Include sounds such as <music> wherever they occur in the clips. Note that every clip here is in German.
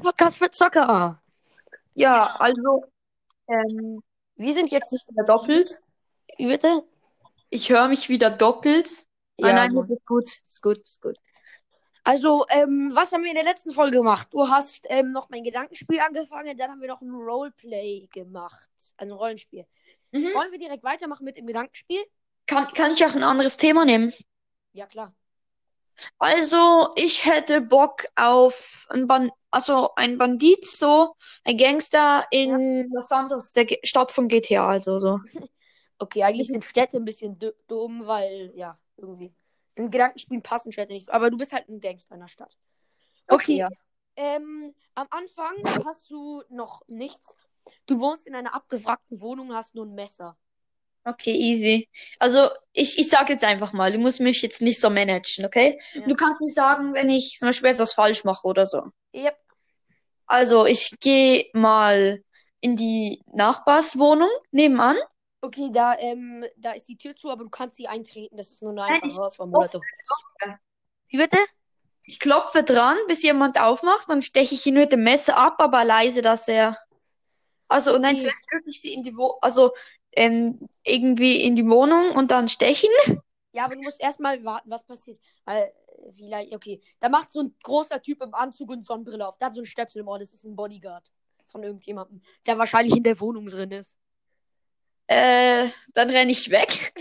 Podcast für Zocker. Ja, also, ähm, Wir sind jetzt nicht wieder doppelt. Wie bitte? Ich höre mich wieder doppelt. Ah, Ja, nein, gut. nein, ist gut, ist gut, ist gut. Ah, Also, ähm, was haben wir in der letzten Folge gemacht? Du hast ähm, noch mein Gedankenspiel angefangen, dann haben wir noch ein Roleplay gemacht. Also ein Rollenspiel. Mhm. Wollen wir direkt weitermachen mit dem Gedankenspiel? Kann, kann ich auch ein anderes Thema nehmen? Ja, klar. Also, ich hätte Bock auf ein Ban also ein Bandit, so ein Gangster in Los Santos, der G Stadt von GTA, also so. Okay, eigentlich sind Städte ein bisschen d- dumm, weil, ja, irgendwie. In Gedankenspielen passen Städte nicht so. Aber du bist halt ein Gangster in der Stadt. Okay. ja. Ähm, am Anfang hast du noch nichts. Du wohnst in einer abgewrackten Wohnung, hast nur ein Messer. Okay, easy. Also, ich, ich sag jetzt einfach mal, du musst mich jetzt nicht so managen, okay? Ja. Du kannst mir sagen, wenn ich zum Beispiel etwas falsch mache oder so. Yep. Also, ich gehe mal in die Nachbarswohnung nebenan. Okay, da, ähm, da ist die Tür zu, aber du kannst sie eintreten. Das ist nur eine Nein, ich- einfache vom Molotow. Wie bitte? Ich klopfe dran, bis jemand aufmacht, dann steche ich ihn mit dem Messer ab, aber leise, dass er. Also, und dann Okay. zuerst drücke ich sie in die Wo also ähm, irgendwie in die Wohnung und dann stechen. Ja, aber du musst erstmal warten, was passiert. Weil, äh, vielleicht, okay. Da macht so ein großer Typ im Anzug und Sonnenbrille auf. Da hat so ein Stöpsel im Ohr. Das ist ein Bodyguard von irgendjemandem, der wahrscheinlich in der Wohnung drin ist. Äh, dann renne ich weg.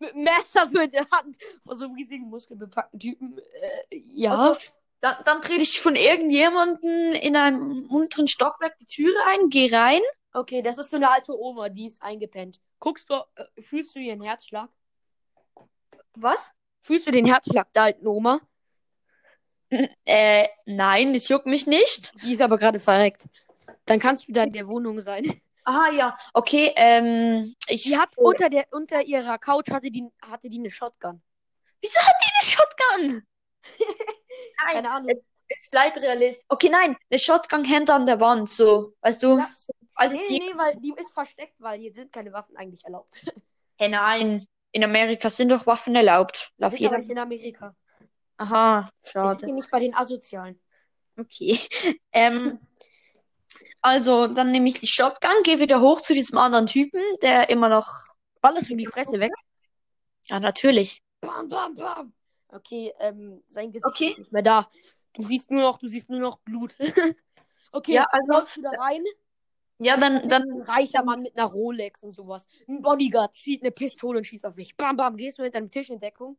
Mit einem Messer so in der Hand. Vor so einem riesigen, muskelbepackten Typen. Äh, ja. Also, dann, dann trete ich von irgendjemandem in einem unteren Stockwerk die Tür ein, gehe rein. Okay, das ist so eine alte Oma, die ist eingepennt. Guckst du, äh, fühlst du ihren Herzschlag? Was? Fühlst du den Herzschlag der alten Oma? Äh, nein, das juckt mich nicht. Die ist aber gerade verreckt. Dann kannst du da in der Wohnung sein. Ah ja, okay, ähm, ich. Die hat unter, der, unter ihrer Couch hatte die, hatte die eine Shotgun. Wieso hat die eine Shotgun? Nein, Keine Ahnung. es bleibt realist. Okay, nein, eine Shotgun hängt an der Wand, so. Weißt du, Ja. so, Nee, alles nee, hier. nee, weil die ist versteckt, weil hier sind keine Waffen eigentlich erlaubt. Hey, nein, in Amerika sind doch Waffen erlaubt. Lauf sind jeder. aber nicht in Amerika. Aha, Wir sind <laughs> schade. hier nicht bei den Asozialen. Okay. Ähm, also, dann nehme ich die Shotgun, gehe wieder hoch zu diesem anderen Typen, der immer noch. Ballerst du die Fresse weg? Ja, natürlich. Bam, bam, bam. Okay, ähm, sein Gesicht Okay. ist nicht mehr da. Du siehst nur noch, du siehst nur noch Blut. <laughs> okay, Ja, also- läufst du da rein? Ja, dann, Das dann ist ein reicher Mann mit einer Rolex und sowas. Ein Bodyguard zieht eine Pistole und schießt auf mich. Bam, bam, gehst du hinter dem Tisch in Deckung.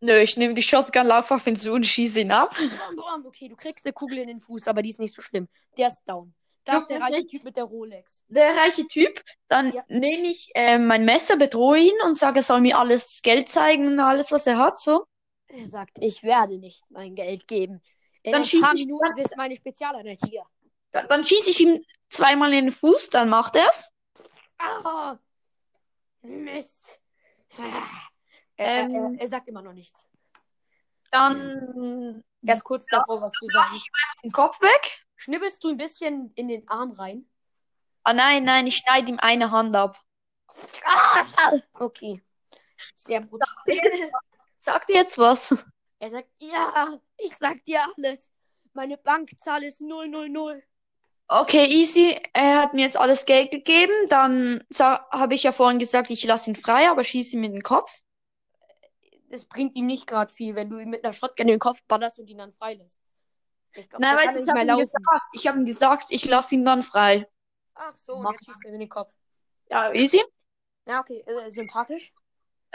Nö, ich nehme die Shotgun, lauf auf ihn zu und schieße ihn ab. Bam, bam, okay, du kriegst eine Kugel in den Fuß, aber die ist nicht so schlimm. Der ist down. Da Ja, ist der okay. reiche Typ mit der Rolex. Der reiche Typ, dann Ja. nehme ich äh, mein Messer, bedrohe ihn und sage, er soll mir alles das Geld zeigen und alles, was er hat, so. Er sagt, ich werde nicht mein Geld geben. In Dann ein schieß paar ich- Minuten ist meine Spezialeinheit hier. Dann, dann schieße ich ihm zweimal in den Fuß, dann macht er's. Ah, Mist. Ah. Er, Ähm. er, er sagt immer noch nichts. Dann Er ist kurz davor, was zu mache sagen. ich ihm einfach den Kopf weg. Schnibbelst du ein bisschen in den Arm rein? Ah nein, nein, ich schneide ihm eine Hand ab. Ah! Okay. Sehr brutal. Sagt ihr jetzt was? <laughs> Er sagt, ja, ich sag dir alles. Meine Bankzahl ist 000. Okay, easy. Er hat mir jetzt alles Geld gegeben. Dann habe ich ja vorhin gesagt, ich lasse ihn frei, aber schieße ihm in den Kopf. Es bringt ihm nicht gerade viel, wenn du ihm mit einer Shotgun in den Kopf ballerst und ihn dann freilässt. Ich glaub, Nein, der weil kann ich nicht habe mehr ihm laufen. gesagt, ich habe ihm gesagt, ich lasse ihn dann frei. Ach so, und Mach. jetzt schießt er ihm in den Kopf. Ja, easy. Ja, okay, äh, sympathisch.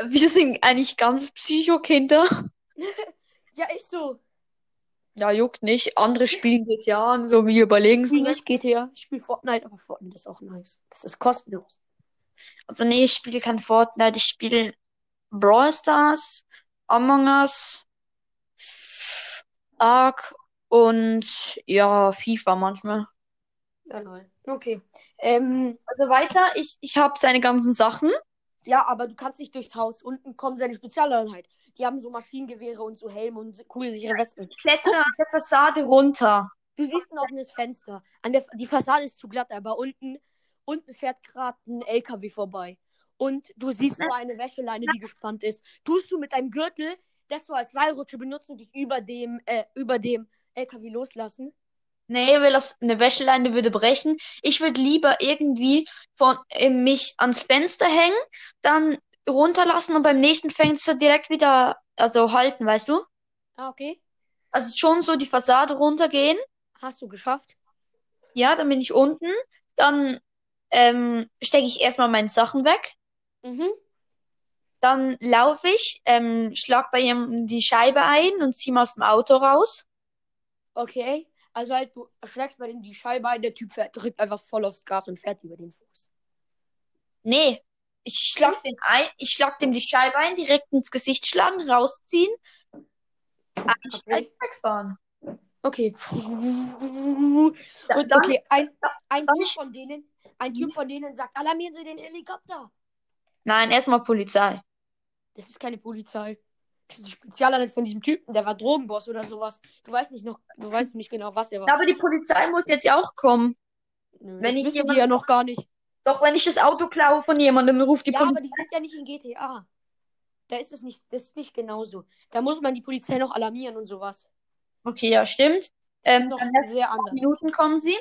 Wir sind eigentlich ganz Psychokinder. Ja, ich so. Ja, juckt nicht. Andere spielen GTA an, so wir überlegen es Ich nicht. nicht GTA. Ich spiele Fortnite, aber Fortnite ist auch nice. Das ist kostenlos. Also nee, ich spiele kein Fortnite, ich spiele Brawl Stars, Among Us, Ark und ja, FIFA manchmal. Ja, lol. Okay. Ähm, Also weiter, ich, ich habe seine ganzen Sachen. ja, aber du kannst nicht durchs Haus. Unten kommen seine Spezialeinheit. Die haben so Maschinengewehre und so Helme und kugelsichere Westen. Ich klettere an der Fassade runter. Du siehst ein offenes Fenster. An der, F- die Fassade ist zu glatt, aber unten, unten fährt gerade ein LKW vorbei. Und du siehst so eine Wäscheleine, die gespannt ist. Tust du mit deinem Gürtel das so als Seilrutsche benutzen und dich über dem, äh, über dem LKW loslassen? Nee, weil das eine Wäscheleine würde brechen. Ich würde lieber irgendwie von äh, mich ans Fenster hängen, dann runterlassen und beim nächsten Fenster direkt wieder, also halten, weißt du? Ah, okay. Also schon so die Fassade runtergehen. Hast du geschafft? Ja, dann bin ich unten. Dann ähm, stecke ich erstmal meine Sachen weg. Mhm. Dann laufe ich, ähm, schlag bei ihm die Scheibe ein und ziehe ihn aus dem Auto raus. Okay. Also halt, du schlägst bei dem die Scheibe ein, der Typ fährt, drückt einfach voll aufs Gas und fährt über den Fuß. Nee, ich schlag den ein, ich schlag dem die Scheibe ein, direkt ins Gesicht schlagen, rausziehen, einsteigen, wegfahren. Okay. Und dann- okay, ein, ein dann- Mhm. Typ von denen, ein Typ von denen sagt, alarmieren Sie den Helikopter. Nein, erstmal Polizei. Das ist keine Polizei. Das ist die Spezialeinheit von diesem Typen, der war Drogenboss oder sowas. Du weißt nicht noch, du weißt nicht genau, was er war. Aber die Polizei muss jetzt ja auch kommen. Nö, wenn ich das wissen die jemand- ja noch gar nicht. Doch wenn ich das Auto klaue von jemandem, ruft die Ja, Polizei. aber die sind ja nicht in GTA. Da ist es nicht, das ist nicht genauso. Da muss man die Polizei noch alarmieren und sowas. Okay, ja, Das stimmt. ist Ähm, noch dann lass- sehr anders. Minuten kommen sie.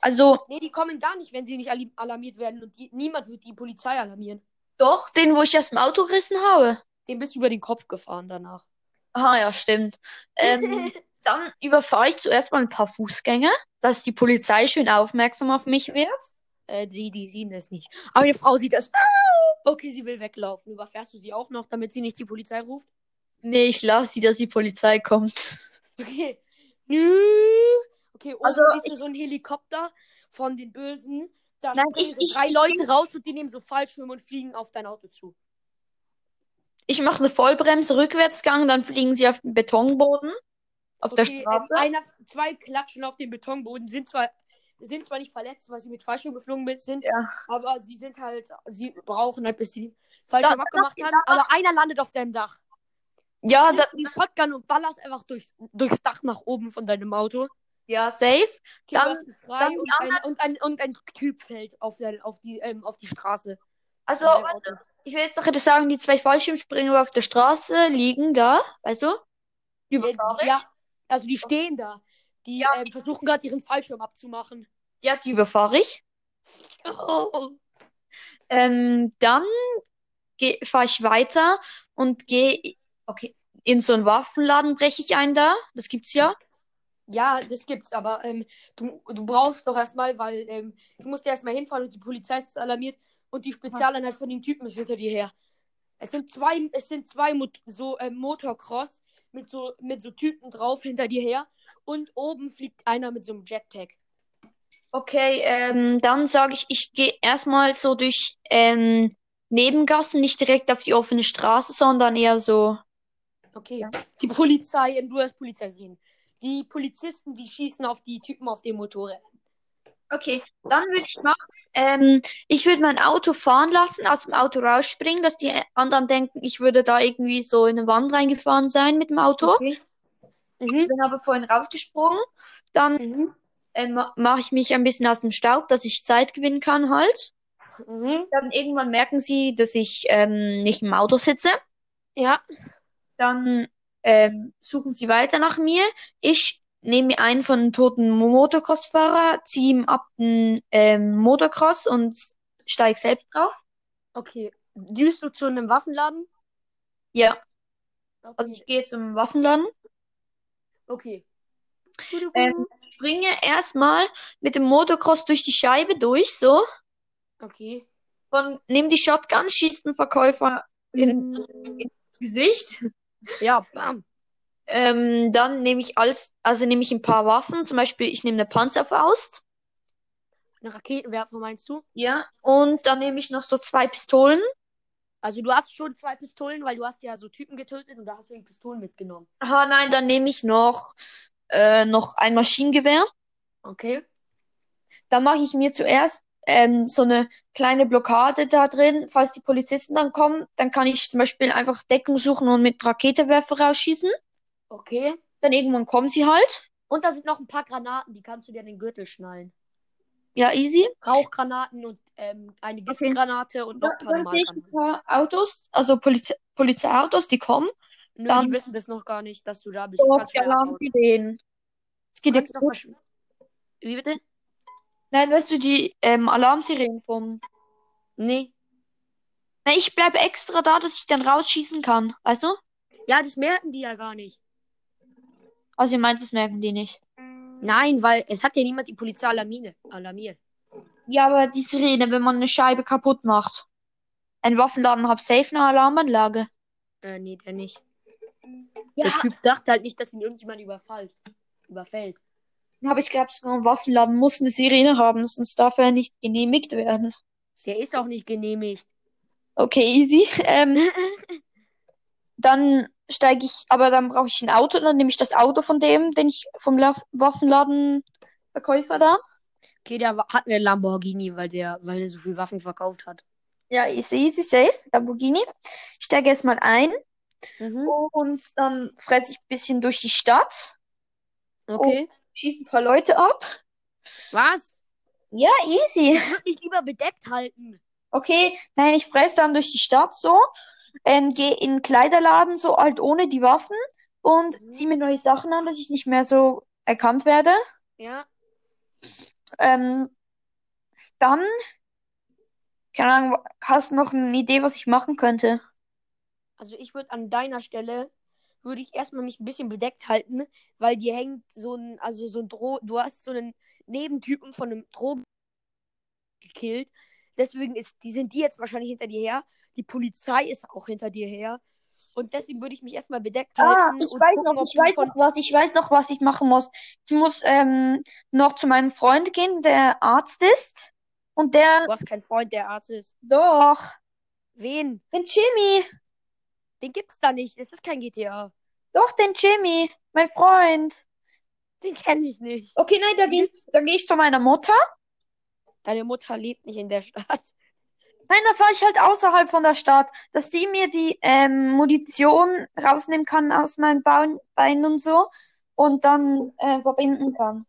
Also Nee, die kommen gar nicht, wenn sie nicht alarm- alarmiert werden. Und die, niemand wird die Polizei alarmieren. doch den, wo ich aus dem Auto gerissen habe. Dem bist du über den Kopf gefahren danach. Ah ja, stimmt. <laughs> Ähm, dann überfahre ich zuerst mal ein paar Fußgänger, dass die Polizei schön aufmerksam auf mich wird. Äh, die, die sehen das nicht. Aber die Frau sieht das. Ah! Okay, sie will weglaufen. Überfährst du sie auch noch, damit sie nicht die Polizei ruft? Nee, ich lasse sie, dass die Polizei kommt. Okay. Nö. Okay, oben Also, siehst du so einen Helikopter von den Bösen. Da Nein, springen ich- so ich- drei ich- Leute raus und die nehmen so Fallschirme und fliegen auf dein Auto zu. Ich mache eine Vollbremse, Rückwärtsgang, dann fliegen sie auf den Betonboden, auf der ähm, Straße. einer, zwei klatschen auf den Betonboden, sind zwar, sind zwar nicht verletzt, weil sie mit Fallschirm geflogen sind, Ja. aber sie sind halt, sie brauchen halt, bis sie Fallschirm Da- abgemacht haben. Aber einer landet auf deinem Dach. Ja, da, Nimmst du die Shotgun und ballerst einfach durchs, durchs Dach nach oben von deinem Auto. ja, safe. Okay, du Dann- hast einen Schrei dann die und, ein, und, ein, und ein Typ fällt auf, dein, auf, die, ähm, auf die Straße. Also, von deinem Auto. ich will jetzt noch etwas sagen, die zwei Fallschirmspringer auf der Straße liegen da, weißt du? Die Überfahre ich. ja, also die stehen da. Die Ja. ähm, versuchen gerade ihren Fallschirm <laughs> abzumachen. Ja, die überfahre ich. Oh. Ähm, dann fahre ich weiter und gehe, okay, in so einen Waffenladen breche ich ein da. Das gibt's ja. Ja, das gibt's, aber ähm, du, du brauchst doch erstmal, weil ähm, du musst ja erstmal hinfahren und die Polizei ist alarmiert und die Spezialeinheit von den Typen ist hinter dir her. Es sind zwei, es sind zwei Mot so ähm, Motocross mit so, mit so Typen drauf hinter dir her und oben fliegt einer mit so einem Jetpack. Okay, ähm, dann sage ich, ich gehe erstmal so durch ähm, Nebengassen, nicht direkt auf die offene Straße, sondern eher so. Okay, die Polizei, ähm, du hast Polizei sehen. Die Polizisten, die schießen auf die Typen auf den Motorrädern. Okay, dann würde ich machen, ähm, ich würde mein Auto fahren lassen, aus dem Auto rausspringen, dass die anderen denken, ich würde da irgendwie so in eine Wand reingefahren sein mit dem Auto. Okay. Mhm. Bin aber vorhin rausgesprungen. Dann Mhm. ähm, mache ich mich ein bisschen aus dem Staub, dass ich Zeit gewinnen kann halt. Mhm. Dann irgendwann merken sie, dass ich ähm, nicht im Auto sitze. Ja. Dann ähm, suchen sie weiter nach mir. Ich nehme mir einen von den toten Motocross-Fahrer, ziehe ihm ab den ähm, Motocross und steige selbst drauf. Okay. Düst du zu einem Waffenladen? Ja, Okay. also ich gehe zum Waffenladen, Okay. Ähm, springe erstmal mit dem Motocross durch die Scheibe durch, so, okay. und nehme die Shotgun, schieß den Verkäufer in- ins Gesicht. Ja, bam. Ähm, dann nehme ich alles, also nehme ich ein paar Waffen, zum Beispiel ich nehme eine Panzerfaust. Eine Raketenwerfer meinst du? Ja, und dann nehme ich noch so zwei Pistolen. Also du hast schon zwei Pistolen, weil du hast ja so Typen getötet und da hast du die Pistolen mitgenommen. Aha, nein, dann nehme ich noch, äh, noch ein Maschinengewehr. Okay. Dann mache ich mir zuerst ähm, so eine kleine Blockade da drin. Falls die Polizisten dann kommen, dann kann ich zum Beispiel einfach Deckung suchen und mit Raketewerfer rausschießen. Okay. Dann irgendwann kommen sie halt. Und da sind noch ein paar Granaten, die kannst du dir in den Gürtel schnallen. Ja, easy. Rauchgranaten und ähm, eine Okay. Giftgranate und noch ein paar Dann sehe ich ein Normalgranaten. paar Autos, also Poliz Polizeiautos, die kommen. Nö, Dann- Oh, die wissen das noch gar nicht, dass du da bist. Du Doch, kannst der schnell Alarm abhauen. geht denen. Es Du geht kannst jetzt noch gut. verschw- Wie bitte? Nein, weißt du, die ähm, Alarmsirenen vom. Nee. Na, ich bleibe extra da, dass ich dann rausschießen kann. Weißt du? Ja, das merken die ja gar nicht. Also, ihr meint, das merken die nicht. Nein, weil es hat ja niemand die Polizei alarmiert. alarmiert. Ja, aber die Sirene, wenn man eine Scheibe kaputt macht. Ein Waffenladen hat safe eine Alarmanlage. Äh, nee, der nicht. Ja, Der Typ dachte halt nicht, dass ihn irgendjemand überfällt. Überfällt. aber ich glaube, sogar ein Waffenladen muss eine Sirene haben, sonst darf er nicht genehmigt werden. Der ist auch nicht genehmigt. Okay, easy. <laughs> Ähm, dann steige ich, aber dann brauche ich ein Auto, dann nehme ich das Auto von dem, den ich vom La Waffenladenverkäufer da. Okay, der wa- hat eine Lamborghini, weil der, weil der so viel Waffen verkauft hat. Ja, easy, easy, safe. Lamborghini. Ich steige erstmal ein Mhm. und dann fresse ich ein bisschen durch die Stadt, Okay. schieße ein paar Leute ab. Was? Ja, easy. Ich würde mich lieber bedeckt halten. Okay, nein, ich fresse dann durch die Stadt so, ähm, gehe in den Kleiderladen so alt ohne die Waffen und Mhm. ziehe mir neue Sachen an, dass ich nicht mehr so erkannt werde. Ja. Ähm, dann, keine Ahnung, hast du noch eine Idee, was ich machen könnte? Also ich würde an deiner Stelle würde ich erstmal mich ein bisschen bedeckt halten, weil dir hängt so ein, also so ein Dro du hast so einen Nebentypen von einem Drogen gekillt. Deswegen ist, die sind die jetzt wahrscheinlich hinter dir her. Die Polizei ist auch hinter dir her. Und deswegen würde ich mich erstmal bedeckt Ah, halten. ich und weiß gucken, noch, ob ich du weiß von noch was, ich weiß noch, was ich machen muss. Ich muss ähm, noch zu meinem Freund gehen, der Arzt ist. Und der, Du hast keinen Freund, der Arzt ist. doch, Wen? den Jimmy, Den gibt's da nicht. Das ist kein GTA. doch den Jimmy, mein Freund. Den kenne ich nicht. Okay, nein, da gehe da geh ich zu meiner Mutter. Deine Mutter lebt nicht in der Stadt. Nein, da fahre ich halt außerhalb von der Stadt, dass die mir die ähm, Munition rausnehmen kann aus meinen Bein, Beinen und so und dann äh, verbinden kann.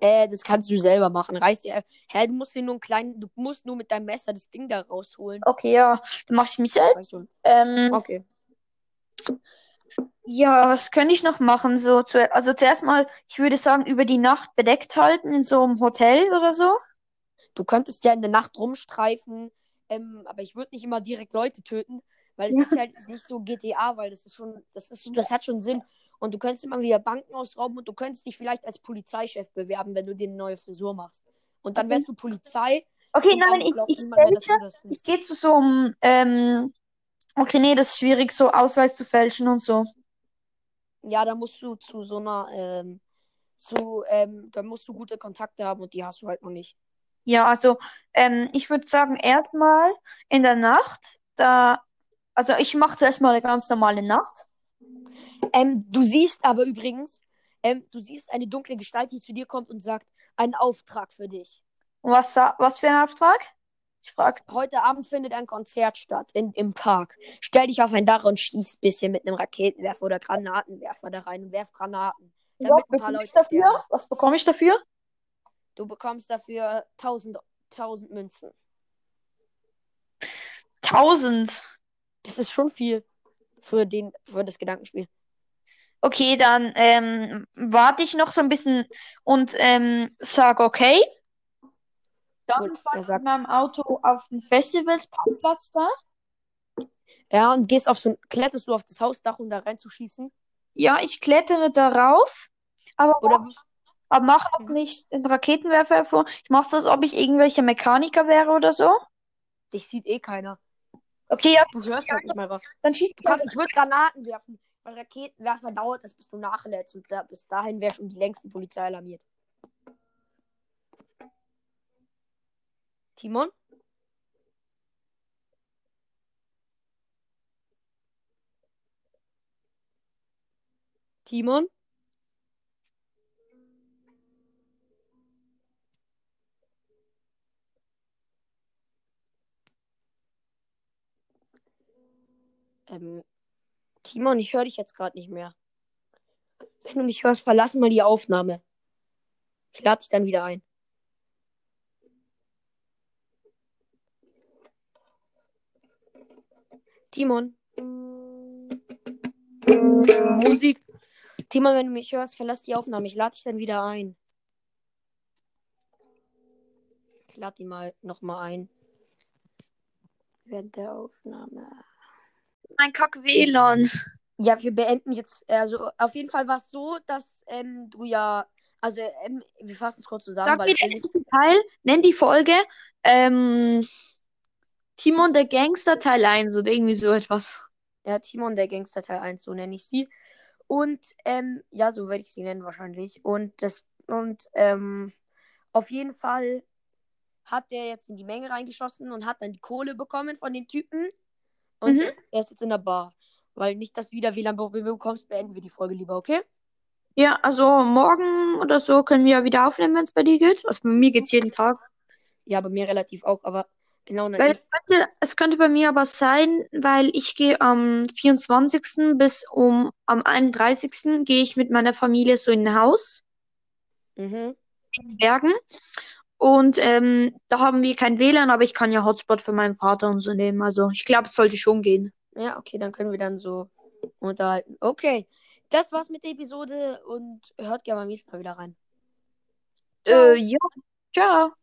Äh, das kannst du selber machen. Reiß dir. Hä, du musst dir nur einen kleinen. Du musst nur mit deinem Messer das Ding da rausholen. Okay, ja, dann mache ich mich selbst. Reicht schon. Ähm, Okay. ja, was könnte ich noch machen? So, zu, also zuerst mal, ich würde sagen, über die Nacht bedeckt halten in so einem Hotel oder so. Du könntest ja in der Nacht rumstreifen, ähm, aber ich würde nicht immer direkt Leute töten, weil es Ja. ist halt nicht so GTA, weil das ist schon, das ist, das hat schon Sinn. Und du könntest immer wieder Banken ausrauben und du könntest dich vielleicht als Polizeichef bewerben, wenn du dir eine neue Frisur machst. Und dann wärst du Polizei Okay, und nein, dann ich, glaubt ich niemand mehr, dass fälsche, du das bist. ich gehe zu so einem, ähm, okay, nee, das ist schwierig, so Ausweis zu fälschen und so. Ja, da musst du zu so einer, ähm, zu, ähm, da musst du gute Kontakte haben und die hast du halt noch nicht. Ja, also ähm, ich würde sagen, erstmal in der Nacht, da, also ich mache zuerst mal eine ganz normale Nacht. Ähm, du siehst aber übrigens, ähm, du siehst eine dunkle Gestalt, die zu dir kommt und sagt, einen Auftrag für dich. Und was, sa- was für ein Auftrag? Ich frage, Heute Abend findet ein Konzert statt in, im Park. Stell dich auf ein Dach und schieß ein bisschen mit einem Raketenwerfer oder Granatenwerfer da rein und werf Granaten. was Damit ein paar bekomme ich Leute dafür? sterben. Was bekomme ich dafür? Du bekommst dafür 1000, 1000 Münzen. 1000. Das ist schon viel für, den, für das Gedankenspiel. Okay, dann ähm, warte ich noch so ein bisschen und ähm, sage okay. Dann Gut, fahre er ich mit sagt, meinem Auto auf den Festivalsparkplatz da. ja, und gehst auf so ein, kletterst du auf das Hausdach, um da reinzuschießen? Ja, ich klettere darauf, aber Oder wirst Aber mach auch nicht den Raketenwerfer hervor. Ich mach's, als ob ich irgendwelcher Mechaniker wäre oder so. Dich sieht eh keiner. Okay, ja, Du hörst halt nicht mal was. dann schießt Du ich halt. kannst, ich würde Granaten werfen. Weil Raketenwerfer dauert das, bis du nachlädst. Und da, bis dahin wäre schon die längste Polizei alarmiert. Timon? Timon? Ähm, Timon, ich höre dich jetzt gerade nicht mehr. Wenn du mich hörst, verlass mal die Aufnahme. Ich lade dich dann wieder ein. Timon. Musik. Timon, wenn du mich hörst, verlass die Aufnahme. Ich lade dich dann wieder ein. Ich lade ihn mal nochmal ein. Während der Aufnahme. Mein Kack WLAN. Ja, wir beenden jetzt. Also, auf jeden Fall war es so, dass ähm, du ja. Also, ähm, wir fassen es kurz zusammen. Sag weil mir ich den will nicht- ersten Teil, nenn die Folge ähm, Timon der Gangster Teil 1 oder irgendwie so etwas. ja, Timon der Gangster Teil 1, so nenne ich sie. Und, ähm, ja, so werde ich sie nennen wahrscheinlich. Und das, und, ähm, auf jeden Fall hat der jetzt in die Menge reingeschossen und hat dann die Kohle bekommen von den Typen. Und Mhm. er ist jetzt in der Bar. Weil nicht, dass du wieder WLAN-Probleme bekommst, beenden wir die Folge lieber, okay? Ja, also morgen oder so können wir ja wieder aufnehmen, wenn es bei dir geht. Also bei mir geht's jeden Tag. Ja, bei mir relativ auch, aber genau. dann- Weil, warte, es könnte bei mir aber sein, weil ich gehe am 24. bis um am 31. gehe ich mit meiner Familie so in ein Haus Mhm. in den Bergen. Und ähm, da haben wir kein WLAN, aber ich kann ja Hotspot für meinen Vater und so nehmen. Also ich glaube, es sollte schon gehen. Ja, okay, dann können wir dann so unterhalten. Okay, das war's mit der Episode und hört gerne beim nächsten Mal wieder rein. Ciao. Äh, ja. Ciao.